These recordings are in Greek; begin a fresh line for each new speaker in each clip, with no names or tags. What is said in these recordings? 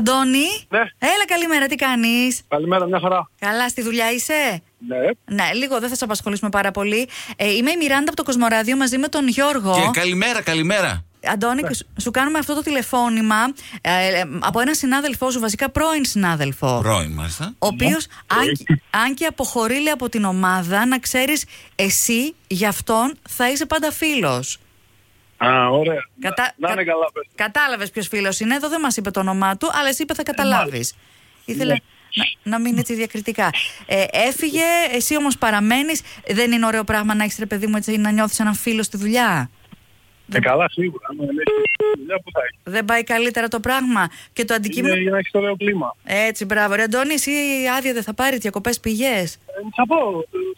Αντώνη.
Ναι.
Έλα, καλημέρα, τι κάνεις.
Καλημέρα, μια χαρά.
Καλά, στη δουλειά είσαι.
Ναι.
Ναι, λίγο δεν θα σε απασχολήσουμε πάρα πολύ. Ε, είμαι η Μιράντα από το Κοσμοράδιο μαζί με τον Γιώργο.
Και καλημέρα, καλημέρα.
Αντώνη, σου, σου κάνουμε αυτό το τηλεφώνημα ε, ε, από έναν συνάδελφό σου, βασικά πρώην συνάδελφο.
Πρώην, μάλιστα.
Ο οποίος, αν, αν και αποχωρεί λέει, από την ομάδα, να ξέρεις, εσύ γι' αυτόν θα είσαι πάντα φίλος.
Α, ωραία.
Κατα...
Να είναι καλά, πες.
Κατάλαβες ποιος φίλος είναι. Εδώ δεν μας είπε το όνομά του, αλλά εσύ είπε θα καταλάβεις. Ήθελε να, να μην έτσι διακριτικά. Ε, έφυγε, εσύ όμως παραμένεις. Δεν είναι ωραίο πράγμα να έχεις ρε παιδί μου έτσι να νιώθεις έναν φίλο στη δουλειά.
Ε, καλά, σίγουρα. Αν δεν έχεις δουλειά, που θα έχεις.
Δεν πάει καλύτερα το πράγμα. Και το αντικείμενο.
Είναι για να έχεις ωραίο κλίμα.
Έτσι, μπράβο. Ρε Αντώνη, εσύ άδεια δεν θα πάρει, διακοπές πηγές.
Ε, θα πω,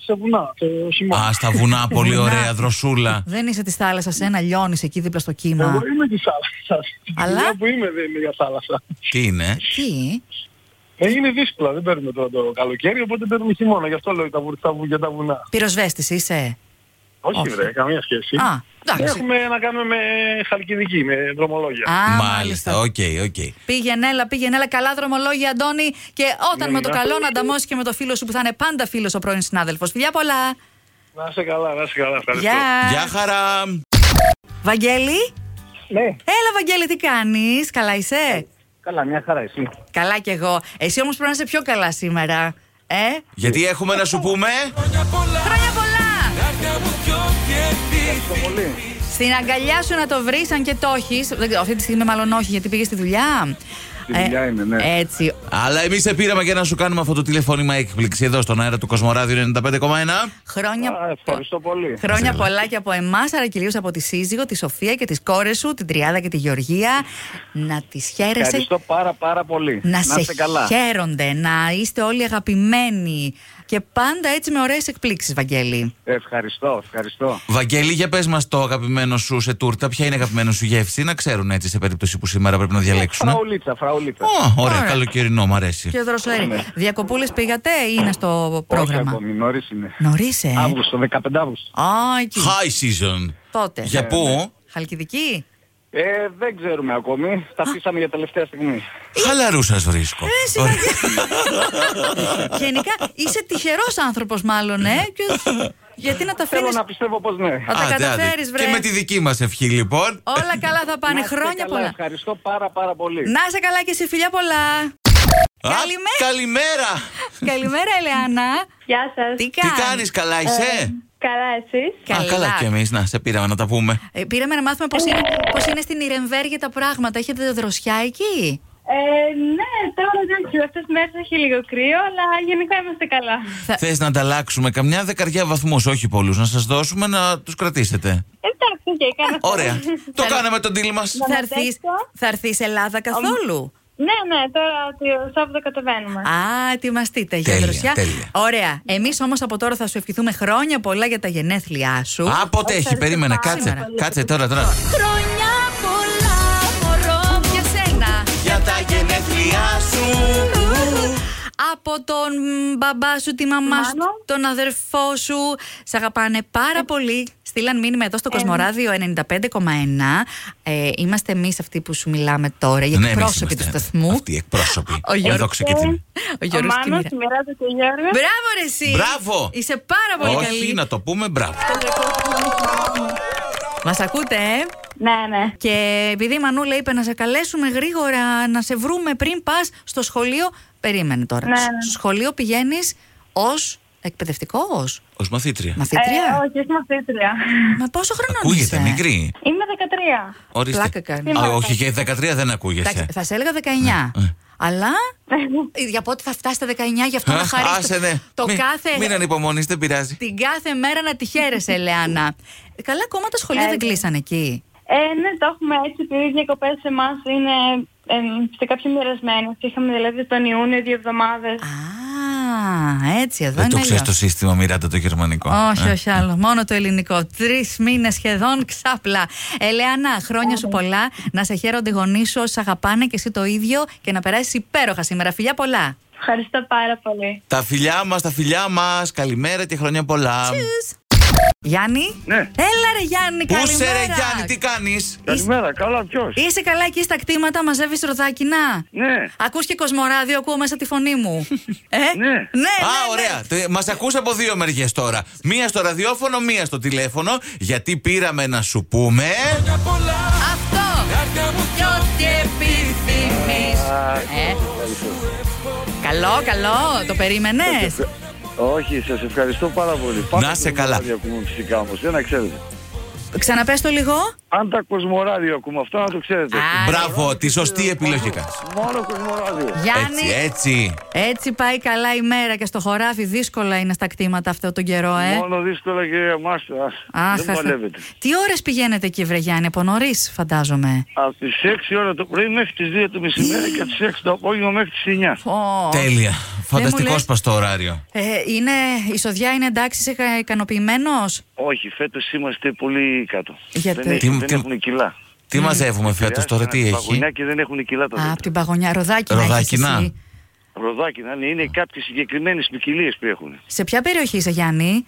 σε βουνά, το χειμώνα.
Α, στα βουνά, πολύ ωραία, δροσούλα.
Δεν είσαι της θάλασσας, ένα λιώνεις εκεί δίπλα στο κύμα.
Εγώ είμαι της θάλασσας. Η
Αλλά?
δουλειά που είμαι δεν είναι για θάλασσα.
Τι είναι.
Τι.
Ε, είναι δύσκολα, δεν παίρνουμε τώρα το καλοκαίρι, οπότε παίρνουμε χειμώνα. Γι' αυτό λέω τα βου- τα βου- για τα βουνά.
Πυροσβέστης είσαι.
Όχι, βρε, καμία σχέση.
Α, εντάξει.
Ναι. Έχουμε να κάνουμε με χαλκιδική, με δρομολόγια.
Α,
Μάλιστα, οκ, οκ.
Πήγαινε, έλα, πήγαινε, έλα. Καλά δρομολόγια, Αντώνη. Και όταν
Ναι,
με το
ναι.
καλό να ανταμώσει και με το φίλο σου που θα είναι πάντα φίλος ο πρώην συνάδελφος. Φιλιά πολλά.
Να είσαι καλά, να είσαι καλά. Ευχαριστώ.
Γεια.
Γεια χαρά.
Βαγγέλη.
Ναι,
Έλα, Βαγγέλη, τι κάνεις. Καλά είσαι.
καλά, μια χαρά εσύ.
Καλά κι εγώ. Εσύ όμως πρέπει να είσαι πιο καλά σήμερα. Ε.
Γιατί έχουμε να σου πούμε.
Χρόνια πολλά! Στην αγκαλιά σου να το βρεις, αν και το έχεις. Αυτή τη στιγμή μάλλον όχι, γιατί πήγες στη δουλειά. Ε,
Στη δουλειά είμαι, ναι.
Έτσι.
Αλλά εμείς σε πήραμε για να σου κάνουμε αυτό το τηλεφώνημα έκπληξη εδώ στον αέρα του Κοσμοράδιου 95,1.
Χρόνια,
Α, ευχαριστώ πολύ.
χρόνια πολλά και από εμάς, αλλά κυρίως από τη σύζυγο, τη Σοφία και τις κόρες σου, την Τριάδα και τη Γεωργία. Να τις χαίρεσαι.
Ευχαριστώ πάρα πάρα πολύ.
Να,
είστε
σε
καλά.
χαίρονται, να είστε όλοι αγαπημένοι. Και πάντα έτσι με ωραίες εκπλήξεις, Βαγγέλη.
Ευχαριστώ, ευχαριστώ.
Βαγγέλη, για πες μας το αγαπημένο σου σε τούρτα. Ποια είναι αγαπημένο σου γεύση, να ξέρουν έτσι σε περίπτωση που σήμερα πρέπει να
Ε,
διαλέξουν. Ω,
Φραουλίτσα, φραουλίτσα.
ωραία,
Ωραία.
καλοκαιρινό, μ' αρέσει.
Και δροσέρι. Διακοπούλε Ναι. πήγατε ή είναι στο
Όχι
πρόγραμμα.
ακόμη, νωρίς είναι.
Νωρίς, ε.
Αύγουστο, 15 Αύγουστο.
Α, εκεί.
High season.
Τότε.
Για πού?
Χαλκιδική.
Ε, δεν ξέρουμε ακόμη. Τα αφήσαμε για τελευταία στιγμή.
Χαλαρού σα βρίσκω.
Ε, Ναι, Γενικά είσαι τυχερός άνθρωπος, μάλλον, ε. και- Γιατί να τα
Θέλω
φέρει.
να πιστεύω πως ναι.
Θα τα
Άντε, άντε.
καταφέρεις, βρε.
Και με τη δική μας ευχή, λοιπόν.
Όλα καλά θα πάνε.
Να είστε
Χρόνια
καλά,
πολλά. Ναι.
Ευχαριστώ πάρα πάρα πολύ.
Να είσαι καλά και εσύ, φιλιά πολλά.
Α,
Καλημέρα.
Καλημέρα.
Καλημέρα, Ελεάνα.
Γεια σας.
Τι
Τι
κάνεις. Ε,
κάνεις, καλά είσαι.
Καλά, εσείς.
Α, καλά κι εμείς, να σε πήραμε να τα πούμε.
Ε, πήραμε να μάθουμε πώς είναι, πώς είναι στην Ιρενβέργη τα πράγματα. Έχετε δροσιά εκεί.
Ε, ναι, τώρα εντάξει, αυτές τις μέρες έχει λίγο κρύο, αλλά γενικά είμαστε καλά.
Θα-
Θες να ανταλλάξουμε καμιά δεκαριά βαθμούς, όχι πολλούς, να σας δώσουμε να τους κρατήσετε.
Εντάξει, οκ, κάνω αυτό.
Ωραία. το κάναμε τον deal μα.
Θα έρθεις,
αντέξω.
θα έρθεις Ελλάδα καθόλου.
ναι, ναι, τώρα το Σάββατο κατεβαίνουμε.
Α, ετοιμαστείτε για
Τέλεια,
δροσιά.
τέλεια.
Ωραία. Εμείς όμως από τώρα θα σου ευχηθούμε χρόνια πολλά για τα γενέθλιά σου.
Α, ποτέ έχει, περίμενε,
πάρα
κάτσε.
λοιπόν.
πολύ.
Κάτσε τώρα, τώρα.
Χρόνια πολλά, μωρό, για σένα.
Για τα γενέθλιά σου.
Από τον μ, μπαμπά σου, τη μαμά σου,
Μάνα.
τον αδερφό σου. Σ' αγαπάνε
Ε.
πάρα πολύ. Στείλαν μήνυμα εδώ στο Κοσμοράδιο 95,1. Ε, είμαστε εμείς αυτοί που σου μιλάμε τώρα, οι
Ναι, εμείς
εκπρόσωποι του
είμαστε
σταθμού.
Αυτοί οι εκπρόσωποι.
Ο Γιώργος.
Εδώ ξεκινάει.
Ο
ο
Γιώργος και η
Μάνος,
Μοίρα.
ναι. η Μιράντα και ο Γιώργος.
Μπράβο, ρε, εσύ!
Μπράβο.
Είσαι πάρα πολύ
Όχι,
καλή.
να το πούμε, μπράβο.
Μας ακούτε, ε?
Ναι, ναι.
Και επειδή η Μανούλα είπε να σε καλέσουμε γρήγορα, να σε βρούμε πριν πας στο σχολείο. Περίμενε τώρα.
Ναι, ναι.
Στο σχολείο πηγαίνεις ως εκπαιδευτικό, ως
Ως μαθήτρια.
Ε,
μαθήτρια.
όχι, είμαι μαθήτρια.
Μα πόσο χρόνο
Ακούγεται,
είσαι.
μικρή.
Είμαι 13.
Ορίστε.
Πλάκα κάνεις.
Α, όχι, για 13 δεν ακούγεσαι.
Εντάξει, θα σε έλεγα
Ναι,
19. Αλλά.
Ναι,
ε, Για πότε θα φτάσει τα 19, γι' αυτό να
Α,
χαρίσει.
Άσε, ναι.
Το
Μην-
κάθε.
Μην ανυπομονείς, δεν πειράζει.
Την κάθε μέρα να τη χαίρεσαι, Ελεάνα. Καλά, ακόμα τα σχολεία δεν
Έτσι.
κλείσαν εκεί.
Ε, ναι, το έχουμε έτσι, επειδή οι διακοπές σε εμάς είναι ε, σε κάποιο μοιρασμένο. Είχαμε δηλαδή τον Ιούνιο δύο εβδομάδες.
Α, έτσι εδώ
Δεν
είναι.
το ξέρεις το
αλλιώς.
σύστημα, μοιράτα το γερμανικό.
Όχι,
Ε.
όχι άλλο. Μόνο το ελληνικό. Τρεις μήνες σχεδόν ξάπλα. Ελεάνα, χρόνια σου πολλά. Να σε χαίρονται οι γονείς σου, όσοι σ' αγαπάνε και εσύ το ίδιο και να περάσεις υπέροχα σήμερα. Φιλιά πολλά.
Ευχαριστώ πάρα πολύ.
Τα φιλιά μας, τα φιλιά μας. Καλημέρα και χρόνια πολλά.
Γιάννη.
Ναι.
Έλα ρε Γιάννη,
Πού
καλημέρα. Ναι,
σε ρε Γιάννη, τι κάνεις.
Καλημέρα, καλά, ποιος.
Είσαι καλά εκεί στα κτήματα, μαζεύεις ροδάκινα.
Ναι.
Ακούς και κοσμοράδιο, ακούω μέσα τη φωνή μου. ε? Ναι. Ναι,
Α,
ναι.
ωραία. Μας ακούς από δύο μεριές τώρα. Μία στο ραδιόφωνο, μία στο τηλέφωνο. Γιατί πήραμε να σου πούμε.
Αυτό. Και ό,τι επιθυμείς. Ε. Καλό, καλό. Το περίμενες.
Όχι, σας ευχαριστώ πάρα πολύ.
Να σε καλά.
κομμωράδια ακούμε φυσικά όμως, δεν να ξέρετε.
Ξαναπες το λίγο.
Αν τα κοσμοράδιο ακούμε αυτό, να το ξέρετε.
Α,
Μπράβο, τη σωστή επιλογή κάνεις.
Μόνο κοσμοράδιο.
Γιάννη,
Έτσι, έτσι.
έτσι πάει καλά η μέρα και στο χωράφι δύσκολα είναι στα κτήματα αυτό τον καιρό, ε.
Μόνο δύσκολα και εμά.
Αχ,
Δεν
αχ, αχ.
παλεύετε.
Τι ώρες πηγαίνετε εκεί, βρε Γιάννη, από νωρίς φαντάζομαι.
Από τις 6 ώρα το πρωί μέχρι τις 2 το μεσημέρι και από τις 6 το απόγευμα μέχρι τις 9.
Ω.
Τέλεια. Φανταστικός
λες.
σπαστό ωράριο.
Ε, είναι, η εισοδιά είναι εντάξει, είσαι κα- ικανοποιημένος.
Όχι, φέτος είμαστε πολύ κάτω.
Γιατί?
Δεν,
Τι-
έχουν,
τι-
δεν έχουν κιλά.
Τι μαζεύουμε φέτος τώρα, τι
Τα
έχει.
παγωνιά και δεν έχουν κιλά τα
Α,
δέντρα.
από την παγωνιά, ροδάκινα έχεις
Ροδάκινα.
εσύ.
Ροδάκινα είναι, είναι κάποιες συγκεκριμένες ποικιλίες που έχουν.
Σε ποια περιοχή είσαι Γιάννη?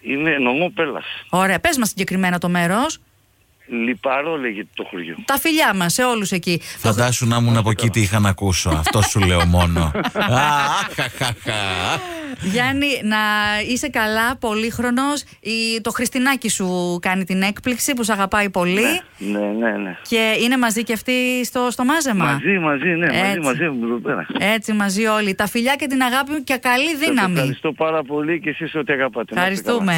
Είναι νομό Πέλλας.
Ωραία, πες μας συγκεκριμένα το μέρος.
Λιπαρό λέγεται το χωριό.
Τα φιλιά μας σε όλους εκεί.
Φαντάσου να ήμουν από εκεί τι είχα να ακούσω. Αυτό σου λέω μόνο. Αχαχαχα.
Γιάννη, να είσαι καλά, πολύχρονος. Η, το Χριστινάκι σου κάνει την έκπληξη που σε αγαπάει πολύ.
Ναι, ναι, ναι.
Και είναι μαζί και αυτή στο, στο μάζεμα.
Μαζί, μαζί, ναι, μαζί,
Έτσι.
μαζί μου εδώ πέρας.
Έτσι, μαζί όλοι. Τα φιλιά και την αγάπη μου και καλή
Σας
δύναμη.
Ευχαριστώ πάρα πολύ και εσείς ό,τι αγαπάτε. Να είστε καλά.
Ευχαριστούμε.